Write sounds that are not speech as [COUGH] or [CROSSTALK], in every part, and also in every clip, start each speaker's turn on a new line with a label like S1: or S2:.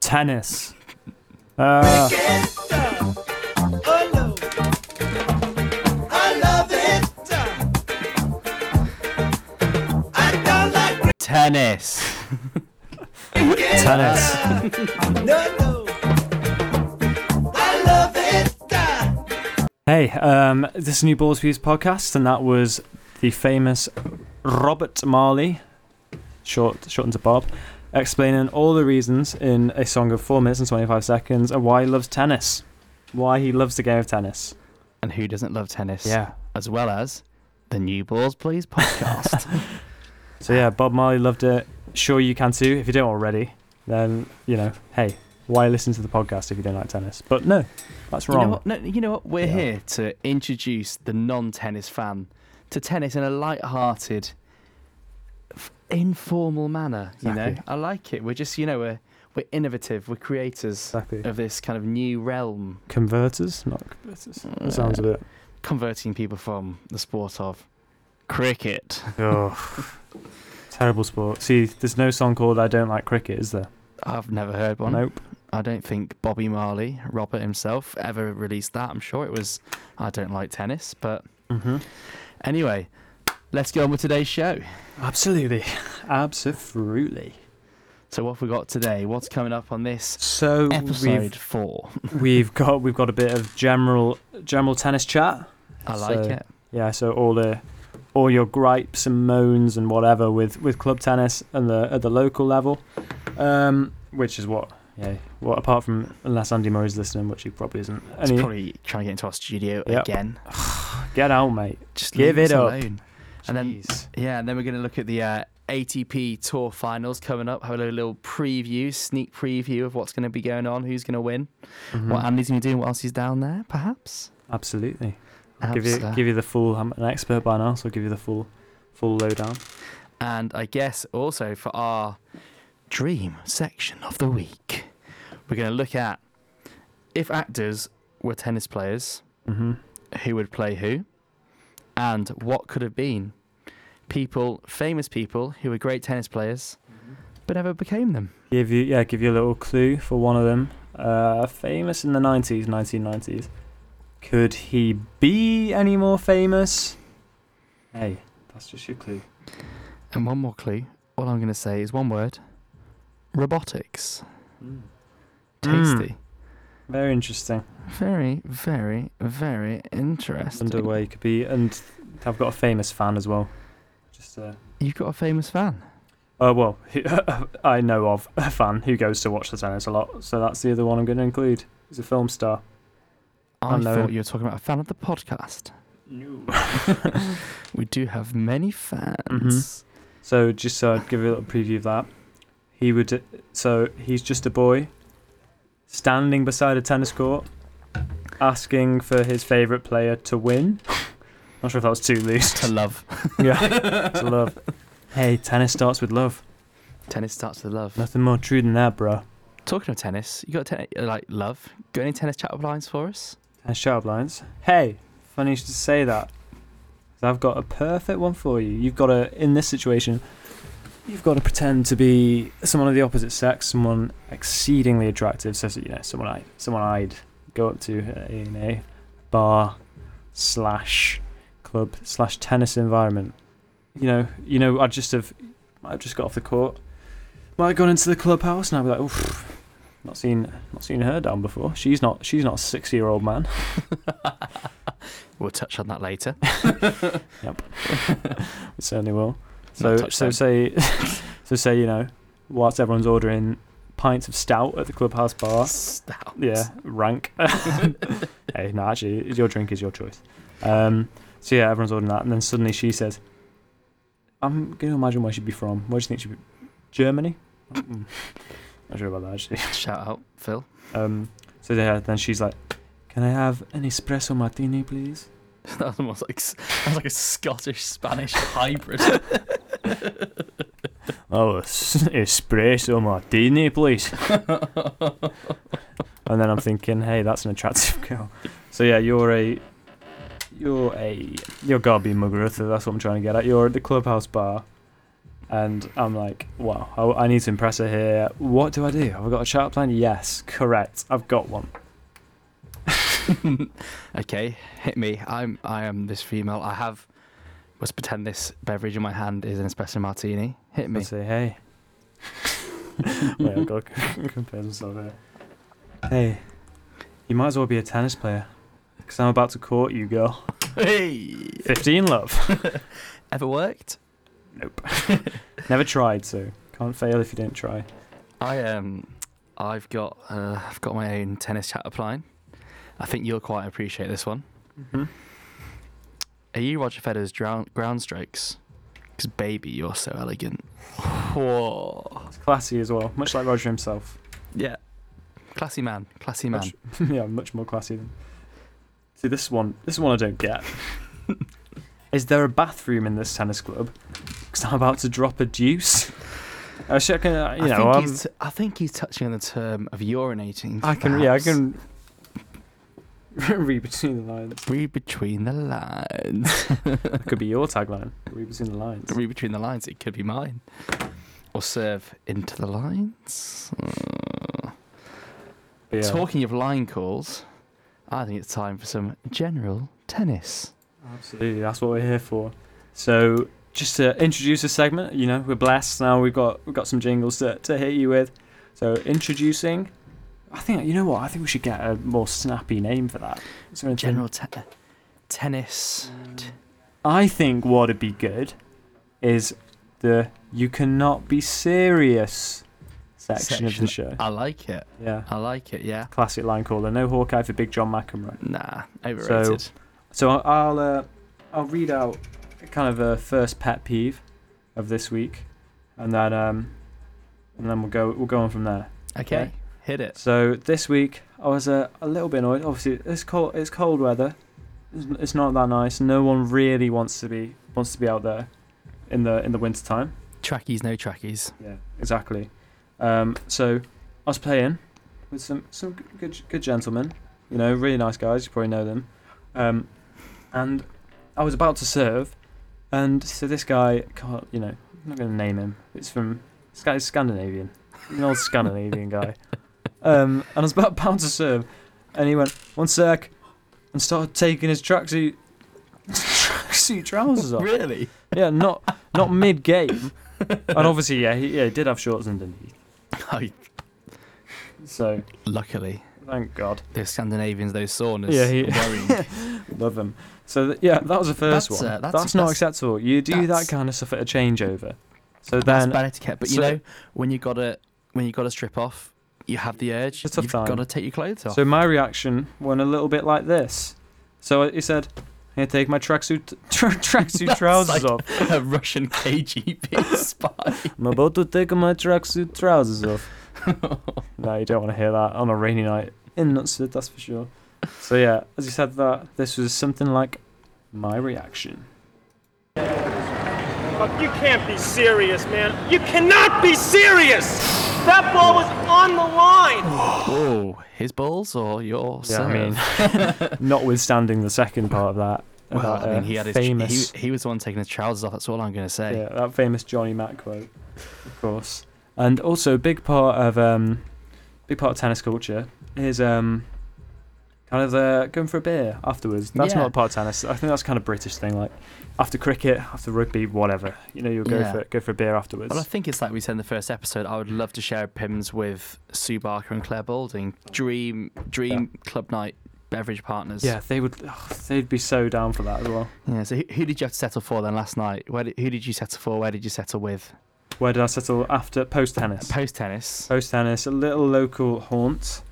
S1: tennis. Uh,
S2: Tennis.
S1: tennis. Hey, um, this is New Balls Views podcast, and that was the famous Robert Marley, short shortened to Bob, explaining all the reasons in a song of four minutes and twenty-five seconds of why he loves tennis, why he loves the game of tennis.
S2: And who doesn't love tennis? As well as the New Balls
S1: [LAUGHS]
S2: Please podcast.
S1: So yeah, Bob Marley loved it. Sure, you can too. If you don't already, then you know, hey, why listen to the podcast if you don't like tennis? But no, that's
S2: You know
S1: wrong.
S2: what? No, you know what? We're
S1: Yeah.
S2: here to introduce the non-tennis fan to tennis in a light-hearted, f- informal manner. You know,
S1: Exactly.
S2: I like it. We're just, you know, we're we're innovative. We're creators
S1: Exactly.
S2: of this kind of new realm, uh,
S1: Converters, not converters. That sounds a bit.
S2: converting people from the sport of cricket.
S1: [LAUGHS]
S2: [LAUGHS]
S1: Oh, terrible sport. See, there's no song called "I Don't Like Cricket," is there?
S2: I've never heard one.
S1: Nope.
S2: I don't think Bobby Marley, Robert himself, ever released that. I'm sure it was. I don't like tennis, but
S1: Mm-hmm.
S2: anyway, let's get on with today's show.
S1: Absolutely, absolutely.
S2: So what have we got today? What's coming up on this
S1: So
S2: episode [LAUGHS] four?
S1: we've we've got we've got a bit of general general tennis chat.
S2: I like
S1: So-
S2: it.
S1: Yeah, so all the all your gripes and moans and whatever with, with club tennis and the at the local level, um, which is what yeah. What apart from unless Andy Murray's listening, which he probably isn't.
S2: It's
S1: Any,
S2: probably trying to get into our studio
S1: Yep.
S2: again.
S1: get out, mate.
S2: Just
S1: Give
S2: leave us
S1: it up.
S2: alone. And then-
S1: Jeez.
S2: Yeah, and then we're going to look at the uh, ATP Tour Finals coming up. Have a little, little preview, sneak preview of what's going to be going on, who's going to win,
S1: Mhm.
S2: what Andy's going to do, and what else he's down there, perhaps.
S1: absolutely.
S2: Abs-
S1: Give you
S2: uh,
S1: give you the full. I'm an expert by now, so I'll give you the full full lowdown.
S2: And I guess also for our dream section of the week, we're going to look at if actors were tennis players,
S1: Mm-hmm.
S2: who would play who, and what could have been. People, famous people who were great tennis players,
S1: Mm-hmm.
S2: but never became them.
S1: Give you yeah, give you a little clue for one of them. Uh, famous in the nineties, nineteen nineties. Could he be any more famous? Hey, that's just your clue.
S2: And one more clue. All I'm going to say is one word: robotics.
S1: Mm.
S2: Tasty.
S1: Very interesting.
S2: Very, very, very interesting.
S1: Underway could be, and I've got a famous fan as well. Just uh,
S2: You've got a famous fan.
S1: uh well, [LAUGHS] I know of a fan who goes to watch the tennis a lot, so that's the other one I'm going to include. He's a film star.
S2: I,
S1: I know
S2: thought
S1: him.
S2: you were talking about a fan of the podcast.
S1: No.
S2: We do have many fans.
S1: So just so I'd give you a little preview of that. He would. So he's just a boy, standing beside a tennis court, asking for his favourite player to win. Not sure if that was too loose. [LAUGHS]
S2: To love.
S1: yeah, to love. Hey, tennis starts with love.
S2: Tennis starts with love.
S1: Nothing more true than that, bruh.
S2: Talking of tennis, you got ten- uh, like love. Got any tennis chat up lines for us?
S1: And shout blinds. Hey, funny you should say that. 'Cause I've got a perfect one for you. You've got to, in this situation, you've got to pretend to be someone of the opposite sex, someone exceedingly attractive. So, so, you know, someone I, someone I'd go up to uh, in a bar slash club slash tennis environment. You know, you know, I'd just have, I've just got off the court, might have gone into the clubhouse, and I'd be like, oof. Not seen, not seen her down before. She's not, she's not a six-year-old man.
S2: We'll touch on that [LAUGHS] later.
S1: It certainly will.
S2: Not
S1: So
S2: touch
S1: so
S2: them.
S1: say [LAUGHS] so say you know whilst everyone's ordering pints of stout at the clubhouse bar.
S2: Stout.
S1: Yeah, [LAUGHS] rank. hey, no, actually, your drink is your choice. Um, so yeah, everyone's ordering that, and then suddenly she says, "I'm going to imagine where she'd be from. Where do you think she'd be? Germany? Mm, Not sure about that actually."
S2: [LAUGHS]
S1: [LAUGHS]
S2: Shout out, Phil. [LAUGHS]
S1: Um, so yeah, then she's like, "Can I have an espresso martini, please?"
S2: That was almost like s- that was like a Scottish Spanish hybrid.
S1: Oh, es- espresso martini, please. and then I'm thinking, hey, that's an attractive girl. So yeah, you're a, you're a, you're gotta be Muguruza. That's what I'm trying to get at. You're at the clubhouse bar, And I'm like, wow, I, I need to impress her here. What do I do? Have I got a chart plan? Yes, correct. I've got one.
S2: [LAUGHS] okay, hit me. I'm I am this female. I have let's pretend this beverage in my hand is an espresso martini. Hit
S1: I
S2: me.
S1: say,
S2: [LAUGHS]
S1: hey. Wait, I've got to compare myself here. Hey, you might as well be a tennis player. Because I'm about to court you,
S2: [LAUGHS]
S1: girl.
S2: Hey.
S1: 15 love.
S2: Ever worked?
S1: nope. [LAUGHS] Never tried, so can't fail if you don't try.
S2: I um I've got uh, I've got my own tennis chat applying. I think you'll quite appreciate this one.
S1: Mm-hmm.
S2: Are you Roger Federer's drown- ground strokes? Because baby, you're so elegant. Whoa.
S1: It's classy as well, much like Roger himself.
S2: Yeah. Classy man. Classy man.
S1: Much, [LAUGHS] yeah, much more classy than. See this one. This one I don't
S2: [LAUGHS]
S1: get. Is there a bathroom in this tennis club? Because I'm about to drop a
S2: [LAUGHS]
S1: deuce. I was checking. uh, You
S2: I,
S1: know,
S2: think
S1: I'm-
S2: he's, I think he's touching on the term of urinating.
S1: I can. Yeah, I
S2: perhaps.
S1: can. [LAUGHS] read between the lines.
S2: Read between the lines. [LAUGHS]
S1: That could be your tagline. Read between the lines.
S2: Read between the lines. It could be mine. Or serve into the lines. Uh,
S1: But yeah.
S2: Talking of line calls, I think it's time for some general tennis.
S1: Absolutely, that's what we're here for. So, just to introduce the segment, you know, we're blessed now. We've got we've got some jingles to to hit you with. So, introducing. I think you know what. I think we should get a more snappy name for that. Is there anything-
S2: General te- tennis.
S1: I think what'd be good is the "You cannot be serious" section, of
S2: Section.
S1: the show.
S2: I like it.
S1: Yeah,
S2: I like it. Yeah.
S1: classic line caller. No Hawkeye for Big John McEnroe.
S2: Nah. Overrated.
S1: So I'll I'll, uh, I'll read out kind of a first pet peeve of this week, and then um, and then we'll go we'll go on from there.
S2: okay.
S1: okay.
S2: Hit it.
S1: So this week I was uh, a little bit annoyed. Obviously it's cold it's cold weather. It's, it's not that nice. No one really wants to be wants to be out there in the in the winter time.
S2: Trackies. No
S1: [LAUGHS]
S2: trackies.
S1: Yeah, exactly. Um, so I was playing with some some g- good good gentlemen, you know, really nice guys. You probably know them. Um, and I was about to serve, and so this guy, can't, you know, I'm not going to name him. It's from this guy's Scandinavian, an old Scandinavian guy. Um, and I was about, about to serve, and he went one sec, and started taking his tracksuit [LAUGHS] tracksuit trousers off.
S2: Really?
S1: Yeah, not not mid game. and obviously, yeah, he, yeah, he did have shorts underneath.
S2: [LAUGHS] I,
S1: So
S2: luckily,
S1: thank God,
S2: the Scandinavians, those saunas.
S1: Yeah, he-
S2: are worrying.
S1: love him. So th- yeah, that was the first
S2: That's,
S1: one.
S2: uh, that's-
S1: that's, not
S2: that's-
S1: acceptable. You do that
S2: that's-
S1: kind of stuff at a changeover. So
S2: That's
S1: then,
S2: bad etiquette. But you
S1: so-
S2: know, when you gotta when you gotta strip off, you have the urge.
S1: It's a
S2: You've
S1: time.
S2: gotta take your clothes off.
S1: so my reaction went a little bit like this. So he said, "Here, take my tracksuit [LAUGHS] tra- tracksuit
S2: [LAUGHS] That's
S1: trousers
S2: like-
S1: off."
S2: [LAUGHS] a Russian
S1: [LAUGHS]
S2: KGB spy.
S1: I'm about to take my tracksuit trousers
S2: [LAUGHS]
S1: off. no, you don't want to hear that on a rainy night in Knutsford, that's for sure. So yeah, as you said that, this was something like my reaction.
S3: Fuck, you can't be serious, man. You cannot be serious! That ball was on the line!
S2: Oh, his balls or your?
S1: Yeah,
S2: serve?
S1: I mean, [LAUGHS] notwithstanding the second part of that,
S2: well,
S1: that,
S2: I mean,
S1: uh,
S2: he had his.
S1: famous,
S2: He, he was the one taking his trousers off. That's all I'm gonna say.
S1: yeah, that famous Johnny Mack quote, of course, and also a big part of um, big part of tennis culture is um, kind of uh, going for a beer afterwards. That's
S2: Yeah.
S1: not part of tennis. I think that's kind of British thing, like after cricket, after rugby, whatever. You know, you'll go
S2: Yeah.
S1: for go for a beer afterwards.
S2: Well, I think it's like we said in the first episode. I would love to share Pims with Sue Barker and Claire Balding. Dream, dream club night beverage partners.
S1: yeah, they would. oh, they'd be so down for that as well.
S2: Yeah. So who, who did you have to settle for then last night? Where did, who did you settle for? Where did you settle with?
S1: Where did I settle after post tennis?
S2: Post tennis.
S1: Post tennis, a little local haunt.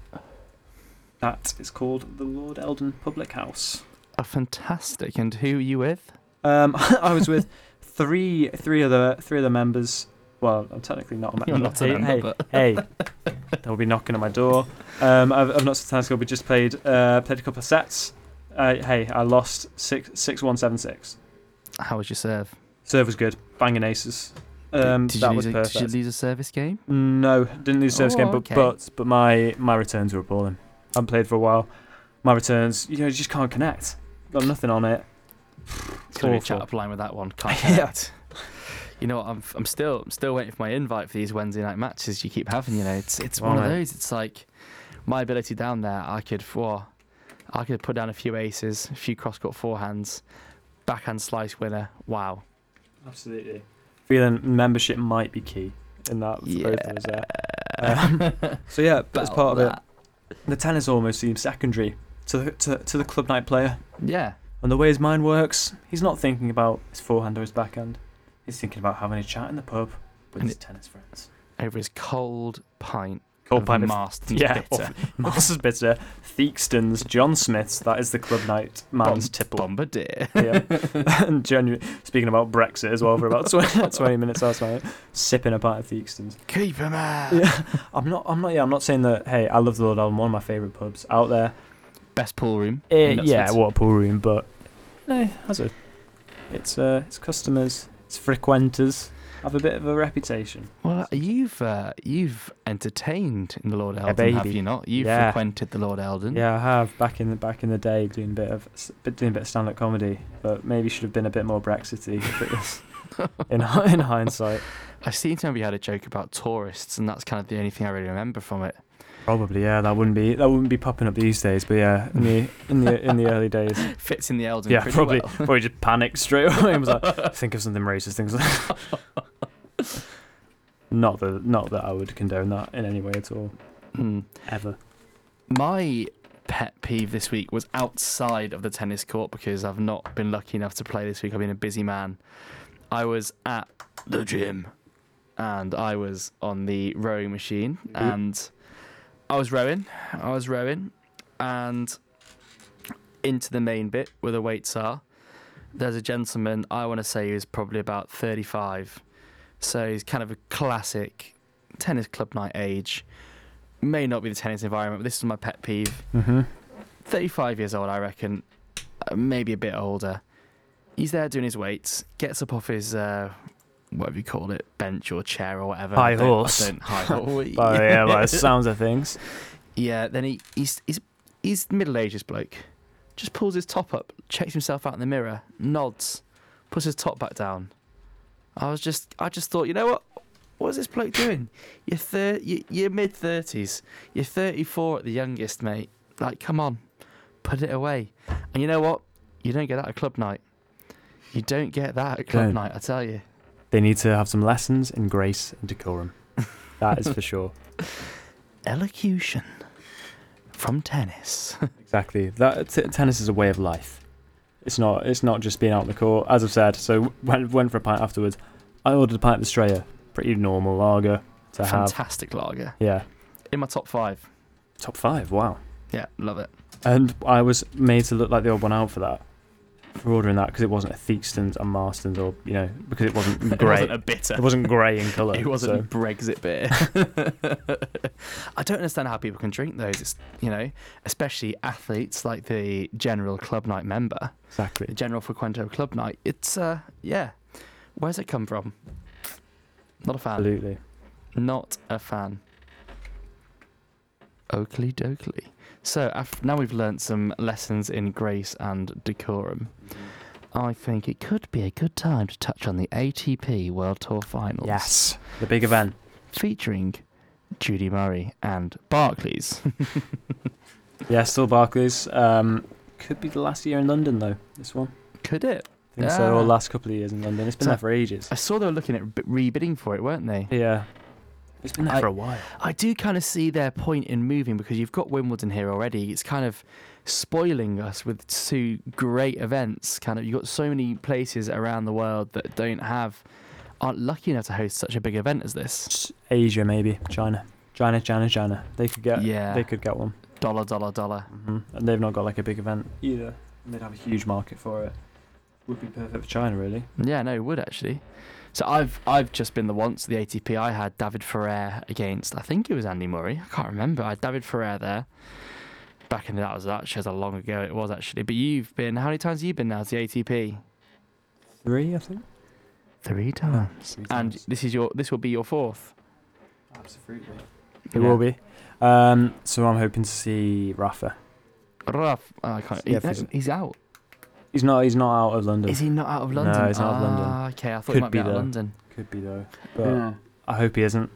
S1: That is called the Lord Eldon Public House.
S2: Oh, fantastic. And who were you with?
S1: Um, [LAUGHS] I was with three, three other, three other members. Well, I'm technically not a member.
S2: You're not a
S1: hey,
S2: member,
S1: hey,
S2: but-
S1: hey, they'll be knocking at my door. Um, I've, I've not tennis club. We just played, uh, played a couple of sets. Uh, hey, I lost six, six, one, seven, six.
S2: How was your serve?
S1: Serve was good, banging aces. Um,
S2: did, did
S1: that
S2: you
S1: was
S2: lose a,
S1: perfect.
S2: Did you lose a service game?
S1: No, didn't lose service
S2: Oh,
S1: game, but,
S2: okay.
S1: but but my my returns were appalling. I haven't played for a while. My returns, you know, you just can't connect. Got nothing on it.
S2: It's gonna be
S1: Awful. [LAUGHS]
S2: a chat up line with that one. Can't
S1: Yeah.
S2: connect. you know, what, I'm I'm still I'm still waiting for my invite for these Wednesday night matches you keep having. You know, it's it's one
S1: Right.
S2: of those. It's like my ability down there. I could for I could put down a few aces, a few cross court forehands, backhand slice winner.
S1: [LAUGHS]
S2: Wow.
S1: Absolutely. Feeling membership might be key in that for both of us there. Uh, so yeah, that's
S2: About
S1: part of
S2: that.
S1: it. The tennis almost seems secondary to the, to, to the club night player.
S2: Yeah.
S1: And the way his mind works, he's not thinking about his forehand or his backhand. He's thinking about having a chat in the pub with
S2: And
S1: his tennis friends.
S2: Over his cold pint.
S1: Cold
S2: of
S1: pint [LAUGHS] of-
S2: Marston's
S1: Yeah,
S2: bitter.
S1: Masters Bitter, Theakston's, John Smith's, that is the club night man's tipple. [LAUGHS]
S2: Bombardier.
S1: yeah. and genuine, speaking about Brexit as well for about [LAUGHS] 20, 20 minutes last night, sipping a pint of Theakston's.
S2: Keep him out.
S1: Yeah, I'm not. I'm not. Yeah, I'm not saying that. Hey, I love the Lord Alden, one of my favorite pubs out there.
S2: Best pool room.
S1: Eh,
S2: in
S1: yeah,
S2: Knutsford.
S1: what a pool room, but no, that's a. It's uh, it's customers, it's frequenters have a bit of a reputation.
S2: Well, you've uh, you've entertained in the Lord Eldon, have
S1: baby.
S2: you not? You've
S1: Yeah.
S2: frequented the Lord Eldon.
S1: Yeah, I have back in the back in the day doing a bit of s- bit- doing a bit of stand up comedy, but maybe should have been a bit more Brexity if it was- in hi- in hindsight.
S2: I seem to remember you had a joke about tourists, and that's kind of the only thing I really remember from it.
S1: Probably yeah, that wouldn't be that wouldn't be popping up these days, but yeah, in the in the in the early days.
S2: Fits in the Eldon.
S1: Yeah,
S2: pretty
S1: probably
S2: well.
S1: probably just panicked straight away and was
S2: [LAUGHS]
S1: like, think of something racist, things like [LAUGHS] Not that not that I would condone that in any way at all.
S2: Hmm.
S1: Ever.
S2: My pet peeve this week was outside of the tennis court because I've not been lucky enough to play this week. I've been a busy man. I was at the gym and I was on the rowing machine and I was rowing. I was rowing and into the main bit where the weights are. There's a gentleman, I want to say he was probably about 35. So he's kind of a classic tennis club night age. May not be the tennis environment, but this is my pet peeve.
S1: Mm-hmm.
S2: 35 years old, I reckon, uh, maybe a bit older. He's there doing his weights, gets up off his, uh, whatever you call it, bench or chair or whatever.
S1: High
S2: I don't- I
S1: horse. [LAUGHS]
S2: don't- high horse.
S1: But
S2: [LAUGHS]
S1: yeah, by the sounds of things.
S2: Yeah, then he, he's, he's, he's middle aged, this bloke. Just pulls his top up, checks himself out in the mirror, nods, puts his top back down. I was just, I just thought, you know what? What's this bloke doing? You're, thir- you you're mid 30s. You're 34 at the youngest, mate. Like, come on, put it away. And you know what? You don't get that at club night. You don't get that at club
S1: Don't.
S2: night, I tell you.
S1: They need to have some lessons in grace and decorum. That is for
S2: [LAUGHS]
S1: sure.
S2: Elocution from tennis.
S1: Exactly. That t- tennis is a way of life. It's not. It's not just being out on the court. As I've said, so went went for a pint afterwards. I ordered a pint of Estrella, pretty normal lager to have.
S2: Fantastic lager.
S1: Yeah,
S2: In my top five.
S1: top five. Wow.
S2: Yeah, love it.
S1: And I was made to look like the odd one out for that, for ordering that because it wasn't a Theakston's and Marston's or you know because it wasn't grey.
S2: a bitter.
S1: It wasn't grey in colour.
S2: [LAUGHS] It wasn't Brexit beer. [LAUGHS] I don't understand how people can drink those. It's you know, especially athletes like the general club night member,
S1: so-
S2: the
S1: exactly.
S2: general frequento club night. It's uh, yeah. Where's it come from? Not a fan.
S1: Absolutely.
S2: Not a fan. Oakley dokley. So af- now we've learnt some lessons in grace and decorum. I think it could be a good time to touch on the ATP World Tour Finals.
S1: Yes. The big event.
S2: featuring Judy Murray and Barclays. [LAUGHS]
S1: Yeah, still Barclays. Um, could be the last year in London though. This one.
S2: Could it?
S1: I think so. Or
S2: Yeah.
S1: last couple of years in London. It's been
S2: So-
S1: there for ages.
S2: I saw they were looking at b- rebidding for it, weren't they?
S1: Yeah. It's been there
S2: I-
S1: for a while.
S2: I do kind of see their point in moving because you've got Wimbledon here already. It's kind of spoiling us with two great events. Kind of, you've got so many places around the world that don't have, aren't lucky enough to host such a big event as this.
S1: It's Asia maybe. China. China. China. China. They could get.
S2: Yeah.
S1: They could get one.
S2: Dollar, dollar, dollar.
S1: hmm And they've not got like a big event either. And they'd have a huge market for it. Would be perfect for China, really.
S2: Yeah, no, it would actually. So I've I've just been the once the ATP. I had David Ferrer against I think it was Andy Murray. I can't remember. I had David Ferrer there. Back in the, that was that shows how long ago it was actually. But you've been how many times have you been now to the ATP?
S1: Three, I think.
S2: Three times. And this is your this will be your fourth.
S1: absolutely, it
S2: Yeah.
S1: will be. Um, so I'm hoping to see Rafa.
S2: Raf, oh, I can't.
S1: Yeah,
S2: he-
S1: phys-
S2: he's out.
S1: He's not. He's not out of London.
S2: Is he not out of
S1: No,
S2: London?
S1: he's not out of London.
S2: Ah, okay, I thought he
S1: Could
S2: might be,
S1: be,
S2: out of
S1: though.
S2: London.
S1: Could be though. But
S4: yeah.
S1: I hope he isn't.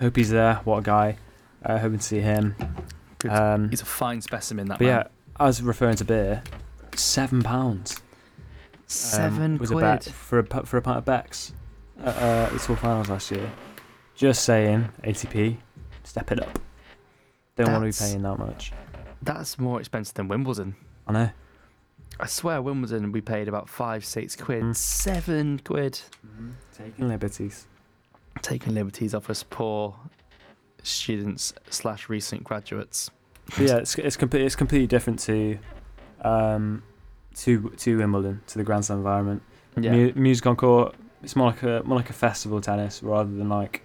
S1: Hope he's there. What a guy. Uh, hoping to see him.
S2: Good.
S1: Um,
S2: He's a fine specimen, that
S1: but
S2: man.
S1: yeah, I was referring to beer. Seven pounds.
S2: Seven
S1: was
S2: quid.
S1: um, a bet for a pu- for a pint of Beck's at uh, the tour finals last year. Just saying, ATP, step it up. Don't want to
S2: That's-
S1: be paying that much.
S2: That's more expensive than Wimbledon.
S1: I know.
S2: I swear, Wimbledon we paid about five, six quid.
S1: Mm.
S2: Seven quid.
S1: Taking liberties.
S2: Taking liberties off us poor students slash recent graduates.
S1: But yeah, it's it's completely it's completely different to, um, to to Wimbledon to the Grand Slam environment.
S2: Yeah.
S1: Mu- music on court. It's more like a more like a festival tennis rather than like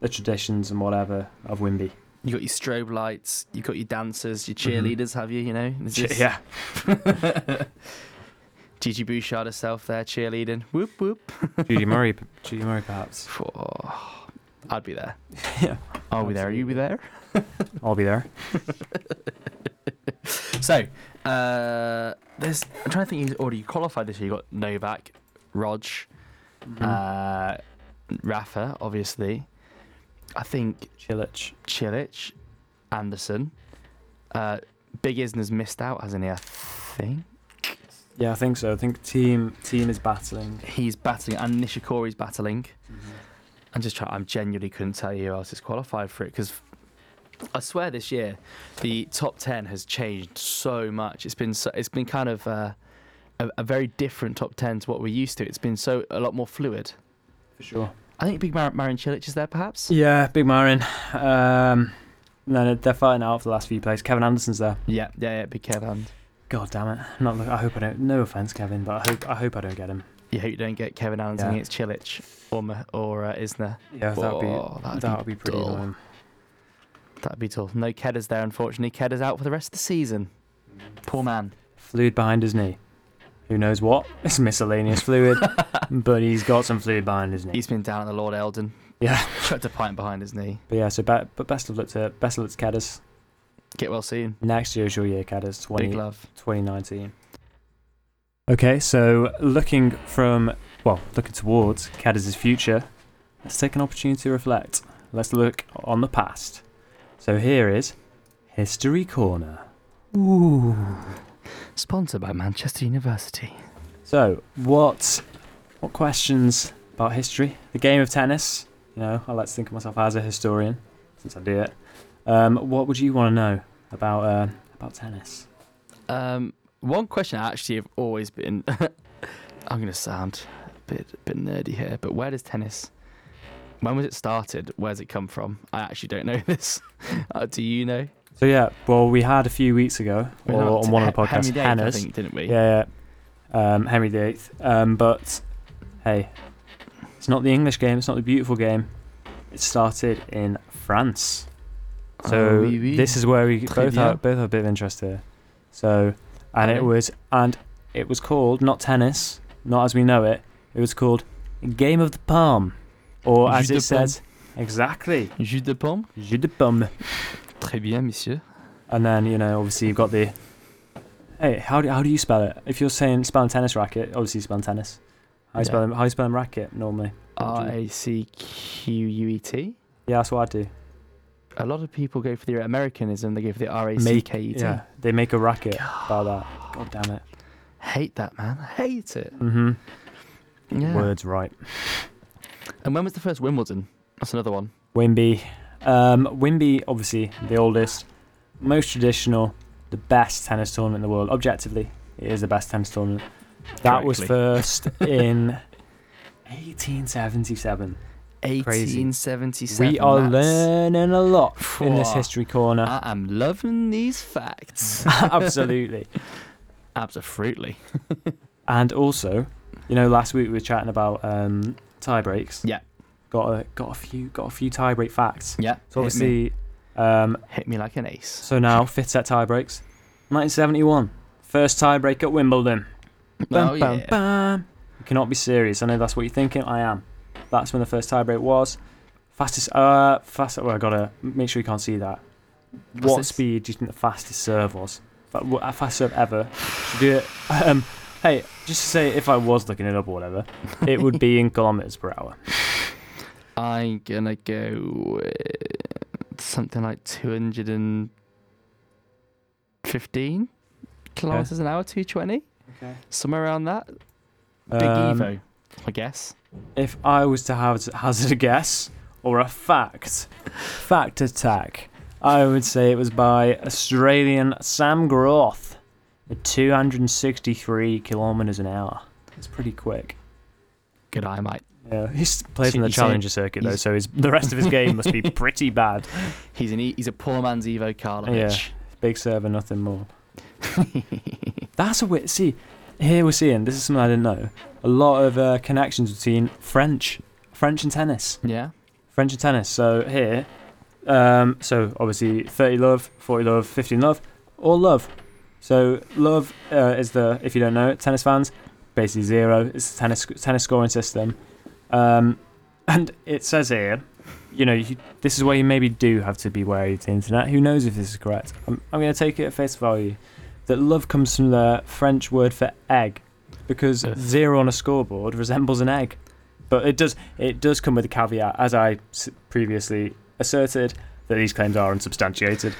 S1: the traditions and whatever of Wimby.
S2: You got your strobe lights, you got your dancers, your cheerleaders, have you? You know? There's just-
S1: Mm-hmm. [LAUGHS] Yeah.
S2: Gigi Bouchard herself there cheerleading. Whoop, whoop.
S1: Judy Murray. Judy Murray, perhaps.
S2: Oh, I'd be there.
S1: [LAUGHS] Yeah.
S2: I'll be there. You be there?
S1: I'll be there.
S2: So, uh, there's. I'm trying to think. Who's already qualified this year? You got Novak, Rog, uh, Rafa, obviously. I think
S1: Chilich.
S2: Chilich, Anderson. Uh, Big Isner's missed out, hasn't he? I think
S1: Yeah, I think so. I think team team is battling.
S2: he's battling, and Nishikori's battling. I'm just trying. I genuinely couldn't tell you who else is qualified for it because I swear this year the top ten has changed so much. It's been so, it's been kind of uh, a, a very different top ten to what we're used to. It's been so a lot more fluid.
S1: For sure.
S2: I think Big Mar- Marin Cilic is there, perhaps.
S1: Yeah, Big Marin. Um, no, they're fighting out for the last few plays. Kevin Anderson's there.
S2: Yeah, yeah, yeah. Big Kevin.
S1: God damn it! I'm Not. look- I hope I don't. No offense, Kevin, but I hope I hope I don't get him.
S2: You hope you don't get Kevin Allen
S1: Yeah.
S2: against Cilic or Ma- or uh, Isner.
S1: Yeah, that'd
S2: Oh,
S1: be
S2: that'd
S1: that would
S2: be
S1: be pretty
S2: dull.
S1: annoying.
S2: That'd be tough. No Kedda's there, unfortunately. Kedda's out for the rest of the season. Poor man.
S1: Fluid behind his knee. Who knows what? It's miscellaneous
S2: [LAUGHS]
S1: fluid, but he's got some fluid behind his knee.
S2: He's been down at the Lord Eldon. [LAUGHS]
S1: Yeah. [LAUGHS]
S2: Chucked a pint behind his knee.
S1: but yeah, so be- but best of luck to best of luck to Caddis.
S2: Get well soon.
S1: Next year's your year, Caddis. 20,
S2: Big love.
S1: 2019. Okay, so looking from, well, looking towards Cadizz's future, let's take an opportunity to reflect. Let's look on the past. So here is History Corner.
S2: Ooh. Sponsored by Manchester University.
S1: So, what what questions about history? The game of tennis. You know, I like to think of myself as a historian since I do it. Um, what would you want to know about uh, about tennis?
S2: Um, one question I actually have always been. [LAUGHS] I'm going to sound a bit, bit nerdy here, but where does tennis. When was it started? Where's it come from? I actually don't know [LAUGHS] this. Uh, do you know?
S1: So yeah, well, we had a few weeks ago
S2: We're
S1: or
S2: not-
S1: on one of the
S2: He- Henry
S1: podcasts,
S2: VIII, I
S1: Hannah's.
S2: think, didn't we?
S1: Yeah, yeah. Um, Henry VIII. Um, but hey, it's not the English game. It's not the beautiful game. It started in France. So
S2: Ah, oui, oui.
S1: this is where we
S2: Très
S1: both
S2: bien.
S1: have, both have a bit of interest here. So, and
S2: Allez.
S1: it was and it was called not tennis, not as we know it. It was called game of the palm, or as
S2: Jeu
S1: it
S2: de paume.
S1: says exactly
S2: Jus de pomme.
S1: jeu de pomme.
S2: Très bien, monsieur.
S1: And then you know, obviously you've got the. Hey, how do how do you spell it? If you're saying spelling tennis racket, obviously you spell tennis. How you
S2: Yeah.
S1: spell them, how you spell racket normally?
S2: R A C Q U E T.
S1: Yeah, that's what I do.
S2: A lot of people go for the Americanism. They go for the R A C
S1: Make
S2: K E T.
S1: yeah, they make a racket about that. God damn it.
S2: Hate that man. Hate it.
S1: Mm-hmm.
S2: Yeah.
S1: Words right.
S2: And when was the first Wimbledon? That's another one.
S1: Wimby, um, Wimby obviously the oldest, most traditional, the best tennis tournament in the world. Objectively, it is the best tennis tournament. That was
S2: Correctly.
S1: first [LAUGHS] in 1877.
S2: 1877.
S1: We are
S2: that's-
S1: learning a lot in this
S2: Phew.
S1: history corner. [LAUGHS]
S2: I am loving these facts.
S1: Absolutely.
S2: Absolutely.
S1: And also, you know, last week we were chatting about um, tie breaks.
S2: Yeah.
S1: Got a got a few got a few tie break facts.
S2: Yeah.
S1: So
S2: hit me-
S1: obviously, um,
S2: hit me like an ace.
S1: so now fifth set tie breaks, 1971, first tie break at Wimbledon. Bum,
S2: oh
S1: bum,
S2: yeah.
S1: bum. You cannot be serious. I know that's what you're thinking. I am. That's when the first tie break was. Fastest. Uh, fast. Well, I gotta make sure you can't see that. What
S2: Fastest?
S1: speed do you think the fastest serve was? Fa- wha- uh, Fast serve ever. Should do it. [LAUGHS] Um, hey, just to say, if I was looking it up or whatever, it would be in kilometers per hour.
S2: I'm gonna go with something like 215 kilometers an hour, 220,
S1: Okay.
S2: somewhere around that. Big
S1: Um,
S2: Evo, I guess.
S1: If I was to have hazard a guess or a fact, fact attack, I would say it was by Australian Sam Groth at 263 kilometers an hour. It's pretty quick.
S2: Good eye, mate.
S1: Yeah, he's played in the
S2: He's saying-
S1: Challenger circuit though,
S2: he's-
S1: so his, the rest of his game
S2: [LAUGHS]
S1: must be pretty bad.
S2: He's an e- he's a poor man's Evo Karlovich.
S1: Big server, nothing
S2: [LAUGHS]
S1: more. That's a wit. See, here we're seeing this is something I didn't know. A lot of uh, connections between French, French and tennis.
S2: Yeah.
S1: French and tennis. So here, um, so obviously 30 love, 40 love, 15 love, all love. So love uh, is the if you don't know it, tennis fans, basically zero. It's the tennis tennis scoring system, um, and it says here, you know, you, this is where you maybe do have to be wary of the internet. Who knows if this is correct? I'm, I'm going to take it at face value that love comes from the French word for egg, because
S2: Yes.
S1: zero on a scoreboard resembles an egg. But it does it does come with a caveat, as I s- previously asserted, that these claims are unsubstantiated.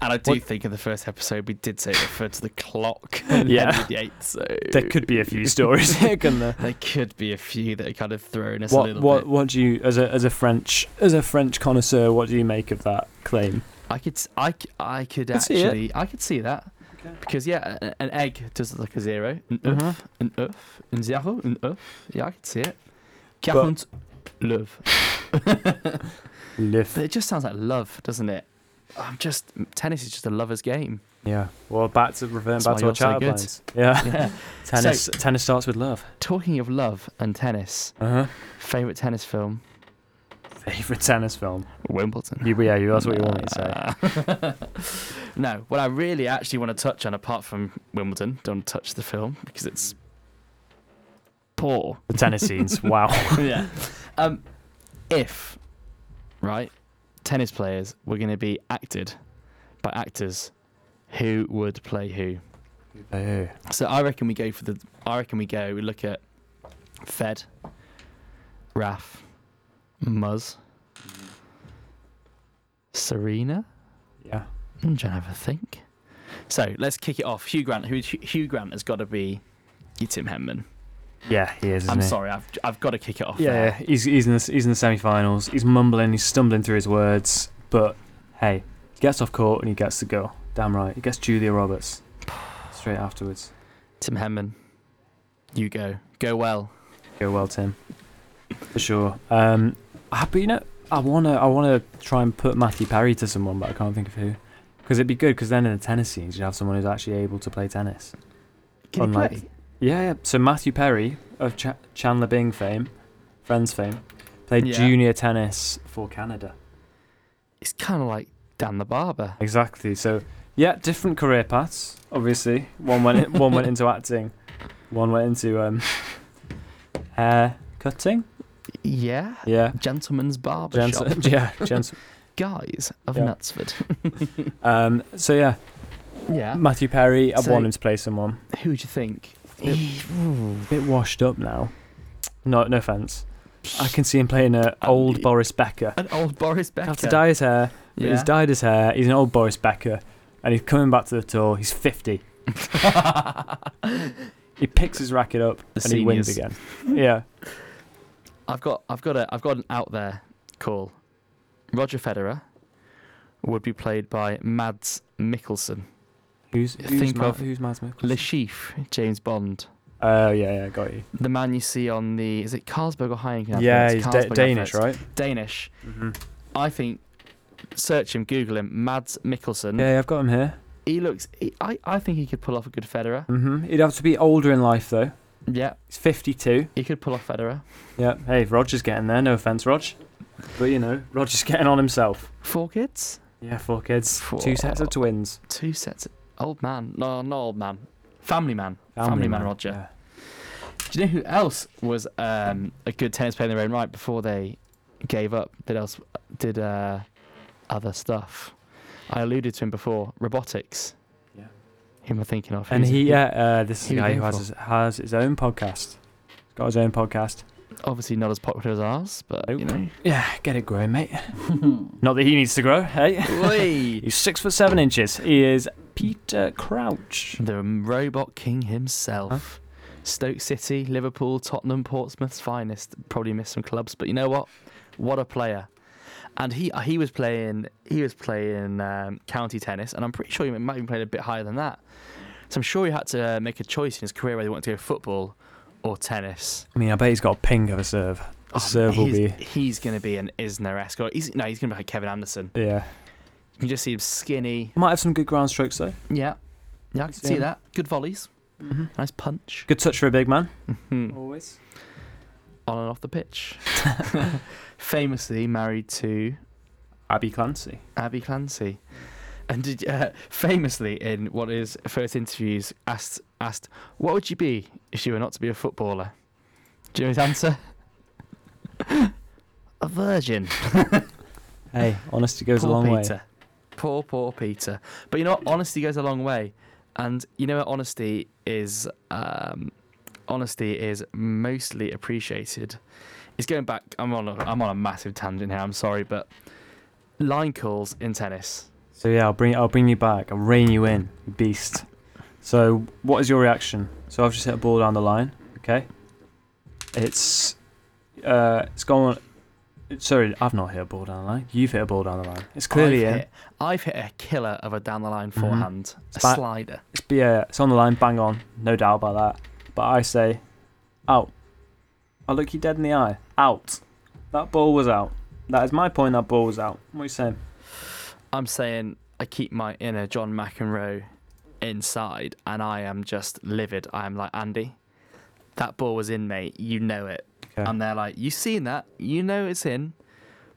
S2: And I do
S1: What-
S2: think in the first episode we did say it referred to the clock.
S1: [LAUGHS] Yeah.
S2: [LAUGHS] Henry VIII, so
S1: There could be a few [LAUGHS] stories here, can there?
S2: there could be a few that are kind of thrown us a
S1: What
S2: little
S1: what
S2: bit.
S1: what do you as a as a French as a French connoisseur? What do you make of that claim?
S2: I could, s- I, c- I could
S1: Could see it.
S2: actually, I could see that.
S1: Okay.
S2: Because yeah, a- a- an egg does look like a zero, an
S1: Mhm.
S2: oeuf, an oeuf, an zero, an oeuf. Yeah, I could see it. Quarante love.
S1: Live.
S2: But it just sounds like love, doesn't it? I'm just tennis is just a lover's game.
S1: Yeah. Well, back to referring
S2: That's
S1: back
S2: why
S1: to our
S2: you're so
S1: child
S2: good.
S1: lines. [LAUGHS] Yeah.
S2: Yeah.
S1: tennis. tennis starts with love.
S2: Talking of love and tennis,
S1: Uh huh.
S2: favorite tennis film
S1: Favorite tennis film.
S2: Wimbledon.
S1: You, yeah, you. That's what you want me to say.
S2: to say. [LAUGHS] no, what I really actually want to touch on, apart from Wimbledon, don't touch the film because it's poor.
S1: [LAUGHS] The tennis scenes. [LAUGHS] Wow.
S2: yeah. Um, if, right, tennis players were going to be acted by actors, who would play who? So I reckon we go for the. I reckon we go. We look at Fed, Raf, Muzz, Serena.
S1: Yeah.
S2: I'm trying to have a think. So let's kick it off. Hugh Grant. Who, Hugh Grant has got to be your Tim Henman.
S1: Yeah. He is. Isn't
S2: I'm
S1: he?
S2: sorry. I've I've got to kick it off.
S1: Yeah,
S2: there.
S1: yeah. He's, he's in the he's in the semi-finals. He's mumbling, he's stumbling through his words, but hey, he gets off court and he gets the goal. Damn right, he gets Julia Roberts straight afterwards.
S2: Tim Henman. You go. Go well.
S1: Go well, Tim, for sure. Um, ah, but you know, I wanna I wanna try and put Matthew Perry to someone, but I can't think of who. Because it'd be good, because then in the tennis scenes, you'd have someone who's actually able to play tennis.
S2: Can you
S1: Unlike-
S2: play?
S1: Yeah, yeah. So Matthew Perry of Ch- Chandler Bing fame, Friends fame, played
S2: Yeah.
S1: junior tennis for Canada.
S2: It's kind of like Dan the Barber.
S1: Exactly. So yeah, different career paths. Obviously, one went one went [LAUGHS] into acting, one went into um, hair cutting.
S2: Yeah.
S1: Yeah,
S2: Gentleman's Barber Shop.
S1: gents. [LAUGHS] Yeah, gents.
S2: Guys of
S1: Yeah.
S2: Knutsford. [LAUGHS]
S1: Um, so yeah,
S2: Yeah.
S1: Matthew Perry. I
S2: So-
S1: want him to play someone.
S2: Who would you think?
S1: Yep. A bit washed up now. No, no offense. I can see him playing a old Boris Becker.
S2: An old Boris Becker.
S1: Have to dye his hair. But He's dyed his hair. He's an old Boris Becker, and he's coming back to the tour. He's [LAUGHS] fifty. He picks his racket up and he wins again.
S2: seniors.
S1: Yeah.
S2: I've got, I've got a, I've got an out there call. Roger Federer would be played by Mads Mikkelsen,
S1: Who's,
S2: who's Think Ma- of-
S1: who's Mads
S2: Le Chiffre, James Bond,
S1: Oh yeah, yeah, got you.
S2: the man you see on the, is it Carlsberg or Heineken?
S1: yeah,
S2: It's
S1: he's
S2: Carlsberg
S1: da- Danish,
S2: adverts.
S1: right?
S2: Danish.
S1: Mm-hmm.
S2: I think. Search him, Google him, Mads Mikkelsen.
S1: Yeah, yeah, I've got him here.
S2: He looks. He, I, I think he could pull off a good Federer.
S1: hmm He'd have to be older in life though.
S2: Yeah,
S1: He's fifty-two.
S2: he could pull off Federer.
S1: Yeah. Hey, Roger's getting there. No offense, Rog, but you know, Roger's [LAUGHS] getting on himself.
S2: Four kids.
S1: Yeah, four kids, two
S2: Four.
S1: sets of twins.
S2: Two sets. of- Old man. No, not old man. Family man. Family, man, Roger. Do you know who else was um, a good tennis player in their own right before they gave up? That else did uh, other stuff. I alluded to him before. Robotics.
S1: Yeah.
S2: Who am I thinking of?
S1: And
S2: Who's-
S1: he, yeah, uh, this is
S2: who
S1: a guy
S2: we
S1: who
S2: going
S1: has
S2: for?
S1: his, has his own podcast. He's got his own podcast.
S2: obviously not as popular as ours, but you know.
S1: Yeah, get it growing, [LAUGHS] mate. Not that he needs to grow, hey?
S2: [LAUGHS]
S1: He's six foot seven inches. He is Peter Crouch.
S2: The robot king himself. Stoke City, Liverpool, Tottenham, Portsmouth's finest. Probably missed some clubs, but you know what? What a player! And he uh, he was playing he was playing um, county tennis, and I'm pretty sure he might even played a bit higher than that. So I'm sure he had to uh, make a choice in his career whether he wanted to go football or tennis. Um,
S1: I mean, I bet he's got a ping of a serve. The serve will
S2: he's,
S1: be.
S2: he's going to be an Isner-esque. Or he's, no, he's going to be like Kevin Anderson.
S1: Yeah.
S2: You can just see him skinny.
S1: He might have some good ground strokes, though.
S2: Yeah, yeah, I can see
S1: Yeah.
S2: that. Good volleys,
S1: Mm-hmm.
S2: nice punch.
S1: Good touch for a big man.
S2: Hmm.
S1: Always.
S2: on and off the pitch. [LAUGHS] Famously married to
S1: Abby Clancy.
S2: Abby Clancy, and did, uh, famously in one of his first interviews asked asked, "What would you be if you were not to be a footballer?" Do you know his answer? [LAUGHS] a virgin.
S1: Hey, honesty goes
S2: poor
S1: a long
S2: Peter.
S1: way.
S2: Poor, poor Peter. But you know what? Honesty goes a long way, and you know what? Honesty is um, honesty is mostly appreciated. It's going back. I'm on. A, I'm on a massive tangent here. I'm sorry, but line calls in tennis.
S1: So yeah, I'll bring I'll bring you back. I'll rein you in, you beast. So what is your reaction? So I've just hit a ball down the line. Okay. It's uh, it's gone. Sorry, I've not hit a ball down the line. You've hit a ball down the line. It's clearly
S2: I've
S1: in.
S2: hit, I've hit a killer of a down the line forehand, a
S1: Spa-
S2: slider.
S1: It's be uh, it's on the line, bang on, no doubt about that. But I say, out. I look you dead in the eye. Out. That ball was out. That is my point. That ball was out. What are you saying?
S2: I'm saying I keep my inner John McEnroe inside, and I am just livid. I am like Andy, that ball was in, mate. You know it.
S1: Okay.
S2: And they're like, "You seen that? You know it's in.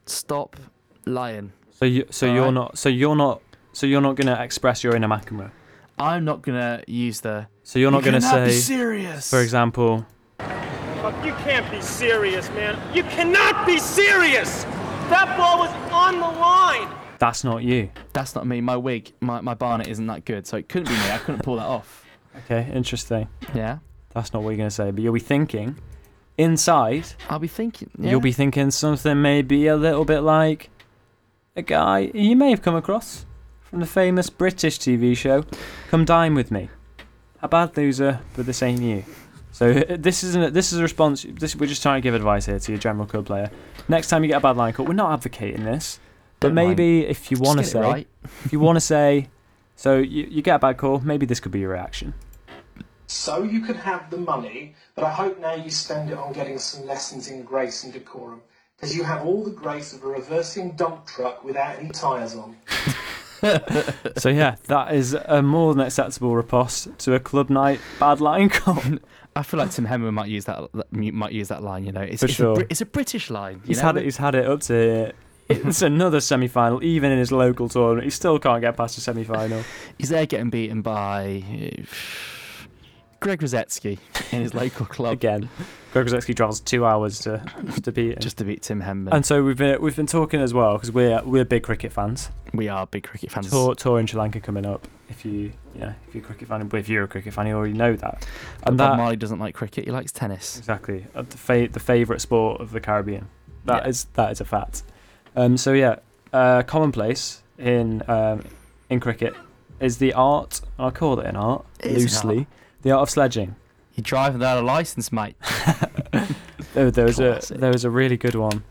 S2: Stop lying.
S1: So you so
S2: All
S1: you're
S2: right.
S1: not so you're not so you're not gonna express your inner McEnroe.
S2: I'm not gonna use the.
S1: So you're not
S2: "You
S1: gonna
S2: cannot be
S1: say,
S2: serious.
S1: for example,
S3: Fuck, you can't be serious, man. You cannot be serious! That ball was on the line!
S1: that's not you.
S2: That's not me. My wig, my my barnet isn't that good, so it couldn't be me. I couldn't pull that off.
S1: Okay, interesting.
S2: Yeah.
S1: That's not what you're gonna say. But you'll be thinking, inside,
S2: I'll be thinking. yeah.
S1: you'll be thinking something maybe a little bit like a guy you may have come across from the famous British TV show, Come Dine With Me. A bad loser, but this ain't you. So [LAUGHS] uh, this isn't. A, this is a response. This, we're just trying to give advice here to your general club player. Next time you get a bad line call, we're not advocating this, but
S2: Don't mind.
S1: maybe if you
S2: Just
S1: want to
S2: get it
S1: say,
S2: right.
S1: if you want to say, so you, you get a bad call, maybe this could be your reaction.
S4: So you could have the money, but I hope now you spend it on getting some lessons in grace and decorum. Because you have all the grace of a reversing dump truck without any tyres on.
S1: so yeah, that is a more than acceptable riposte to a club night bad line [LAUGHS] call.
S2: I feel like Tim Hemmer might use that that- might use that line. You know, it's
S1: For
S2: it's,
S1: sure.
S2: a, Brit- it's a British line. You
S1: He's
S2: know?
S1: had it. He's had it up to. It's another semi-final, even in his local tournament. He still can't get past the semi-final. [LAUGHS]
S2: He's there getting beaten by uh, Greg Rosetsky in his local club
S1: Again, Gregorzeski travels two hours to to beat him.
S2: just to beat Tim Hemmer.
S1: and so we've been we've been talking as well because we're we're big cricket fans.
S2: we are big cricket fans.
S1: Tour tour in Sri Lanka coming up. If you you know if you're a cricket fan, but if you're a cricket fan, you already know that.
S2: But
S1: And
S2: Bob
S1: that
S2: Marley doesn't like cricket; he likes tennis.
S1: exactly uh, the fa- the favourite sport of the Caribbean. That
S2: Yeah.
S1: is that is a fact. Um, so yeah, uh, commonplace in um, in cricket is the art. I'll call it an art
S2: It is an
S1: loosely. The art of sledging.
S2: You're driving without a license, mate.
S1: There, Oh, there was a
S2: Classic.
S1: there was a really good one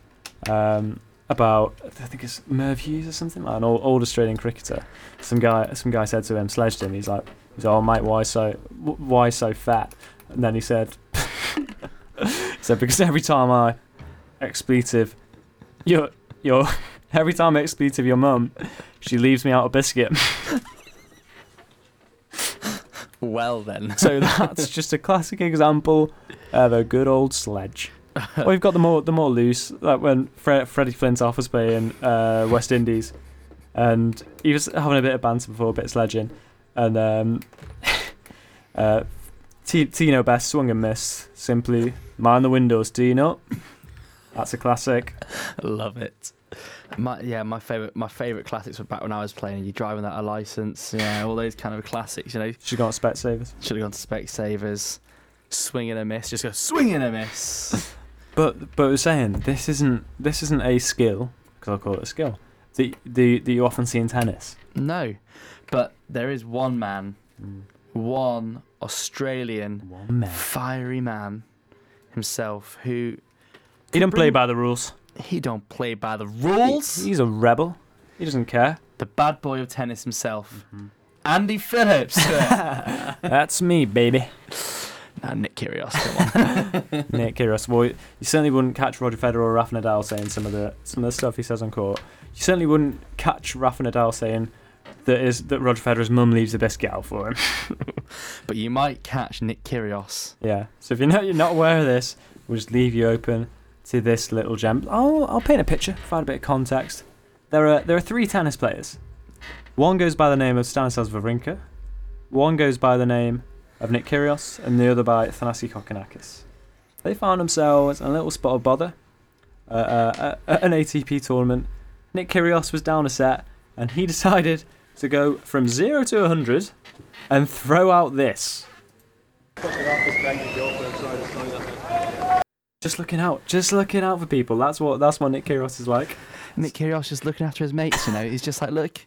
S1: um, about I think it's Merv Hughes or something like an old, old Australian cricketer. Some guy some guy said to him, sledged him. He's like, he's like, oh mate, why so wh- why so fat? And then he said, [LAUGHS] he said because every time I expletive, your your [LAUGHS] every time I expletive your mum, she leaves me out a biscuit.
S2: Well then,
S1: So [LAUGHS] that's just a classic example of a good old sledge. [LAUGHS] We've got the more the more loose, like when Fre- Freddie Flintoff was playing uh, West Indies, and he was having a bit of banter before a bit of sledging, and um, [LAUGHS] uh, T- Tino Best swung and missed. Simply mind the windows, do you not? That's a classic.
S2: love it. My, yeah, my favorite my favorite classics were back when I was playing. You driving without a license, yeah, all those kind of classics. You know,
S1: Should have gone spec savers.
S2: should have gone to Specsavers. Swing and a miss, [LAUGHS] just go swing and a miss.
S1: But but I was saying this isn't this isn't a skill because I'll call it a skill that the that you often see in tennis.
S2: No, but there is one man, one Australian
S1: One man.
S2: fiery man himself who
S1: He don't play by the rules.
S2: he don't play by the
S1: He-
S2: rules.
S1: he's a rebel. He doesn't care.
S2: The bad boy of tennis himself, Andy [LAUGHS] Phillips.
S1: That's me, baby.
S2: nah, Nick Kyrgios. Come on.
S1: Nick Kyrgios. Well, you certainly wouldn't catch Roger Federer or Rafa Nadal saying some of the some of the stuff he says on court. You certainly wouldn't catch Rafa Nadal saying that is that Roger Federer's mum leaves the best gal for him.
S2: but you might catch Nick Kyrgios.
S1: Yeah. So if you know you're not aware of this, we'll just leave you open to this little gem. Oh, I'll paint a picture, provide a bit of context. There are there are three tennis players. One goes by the name of Stanislas Wawrinka, one goes by the name of Nick Kyrgios, and the other by Thanasi Kokonakis. They found themselves in a little spot of bother uh, uh, at an ATP tournament. Nick Kyrgios was down a set, and he [LAUGHS] decided to go from zero to 100 and throw out this. Just looking out, just looking out for people. That's what that's what Nick Kyrgios is like.
S2: Nick Kyrgios just looking after his mates. You know, he's just like, look,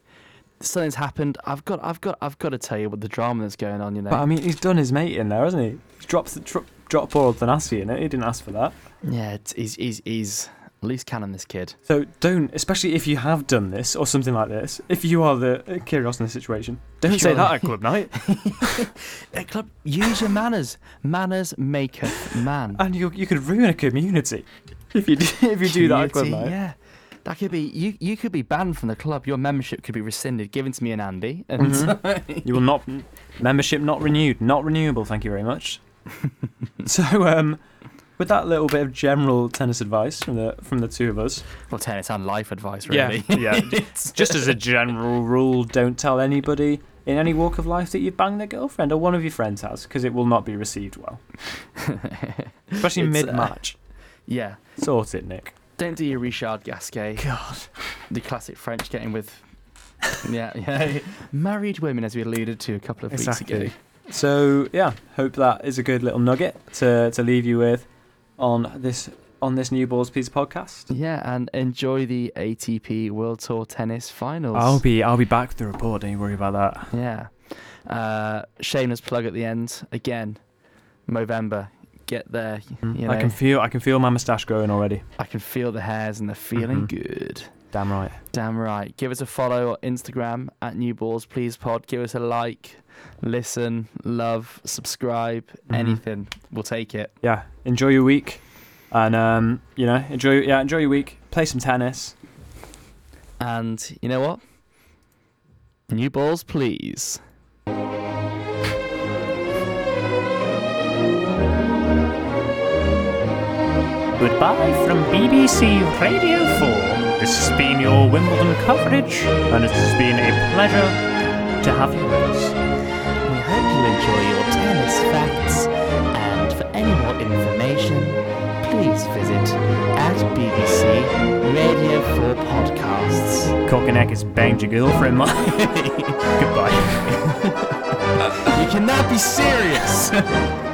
S2: something's happened. I've got, I've got, I've got to tell you what the drama that's going on. You know.
S1: But I mean, he's done his mate in there, hasn't he? He's dropped the drop, drop poor old Thanasi in it. He didn't ask for that.
S2: yeah, it's, he's, he's, he's loose cannon. This kid.
S1: So don't, especially if you have done this or something like this. If you are the uh, Kyrgios in the situation, don't say
S2: Surely.
S1: that at club night,
S2: Hey, club, use your manners. [LAUGHS] Manners maketh man.
S1: [LAUGHS] and you you could ruin a community if you do,
S2: [LAUGHS]
S1: if you do that at club
S2: Community,
S1: night.
S2: Yeah. That could be you. You could be banned from the club. Your membership could be rescinded, given to me and Andy. And
S1: You will not membership not renewed, not renewable. Thank you very much. [LAUGHS] so um, with that little bit of general tennis advice from the from the two of us.
S2: [LAUGHS] well, tennis and life advice, really. [LAUGHS]
S1: [LAUGHS] Yeah, yeah. Just as a general rule, don't tell anybody in any walk of life that you've banged their girlfriend or one of your friends has, because it will not be received well. Especially
S2: It's, uh,
S1: mid-match.
S2: yeah.
S1: Sort it, Nick.
S2: Don't do your Richard Gasquet.
S1: God.
S2: the classic French getting with. Yeah, yeah. [LAUGHS] Married women, as we alluded to a couple of
S1: Exactly.
S2: weeks ago.
S1: So yeah, hope that is a good little nugget to, to leave you with on this on this new balls pizza podcast.
S2: Yeah, and enjoy the ATP World Tour Tennis Finals.
S1: I'll be I'll be back with the report. Don't you worry about that.
S2: Yeah. Uh, shameless plug at the end again. Movember, get there. You know,
S1: Mm-hmm. I can feel I can feel my moustache growing already.
S2: feel the hairs and they're
S1: Mhm.
S2: feeling good.
S1: Damn right.
S2: Damn right. Give us a follow on Instagram at New Balls Please Pod. Give us a like, listen, love, subscribe, anything. We'll take it.
S1: yeah, enjoy your week, and um, you know, enjoy yeah, enjoy your week. Play some tennis.
S2: And you know what? New balls, please.
S5: Goodbye from BBC Radio 4. This has been your Wimbledon coverage, and it has been a pleasure to have you with us.
S6: We hope you enjoy your tennis facts, and for any more information, please visit at BBC Radio 4 Podcasts.
S5: Kokonakis banged your girlfriend, Mike. [LAUGHS] Goodbye.
S2: You cannot be serious.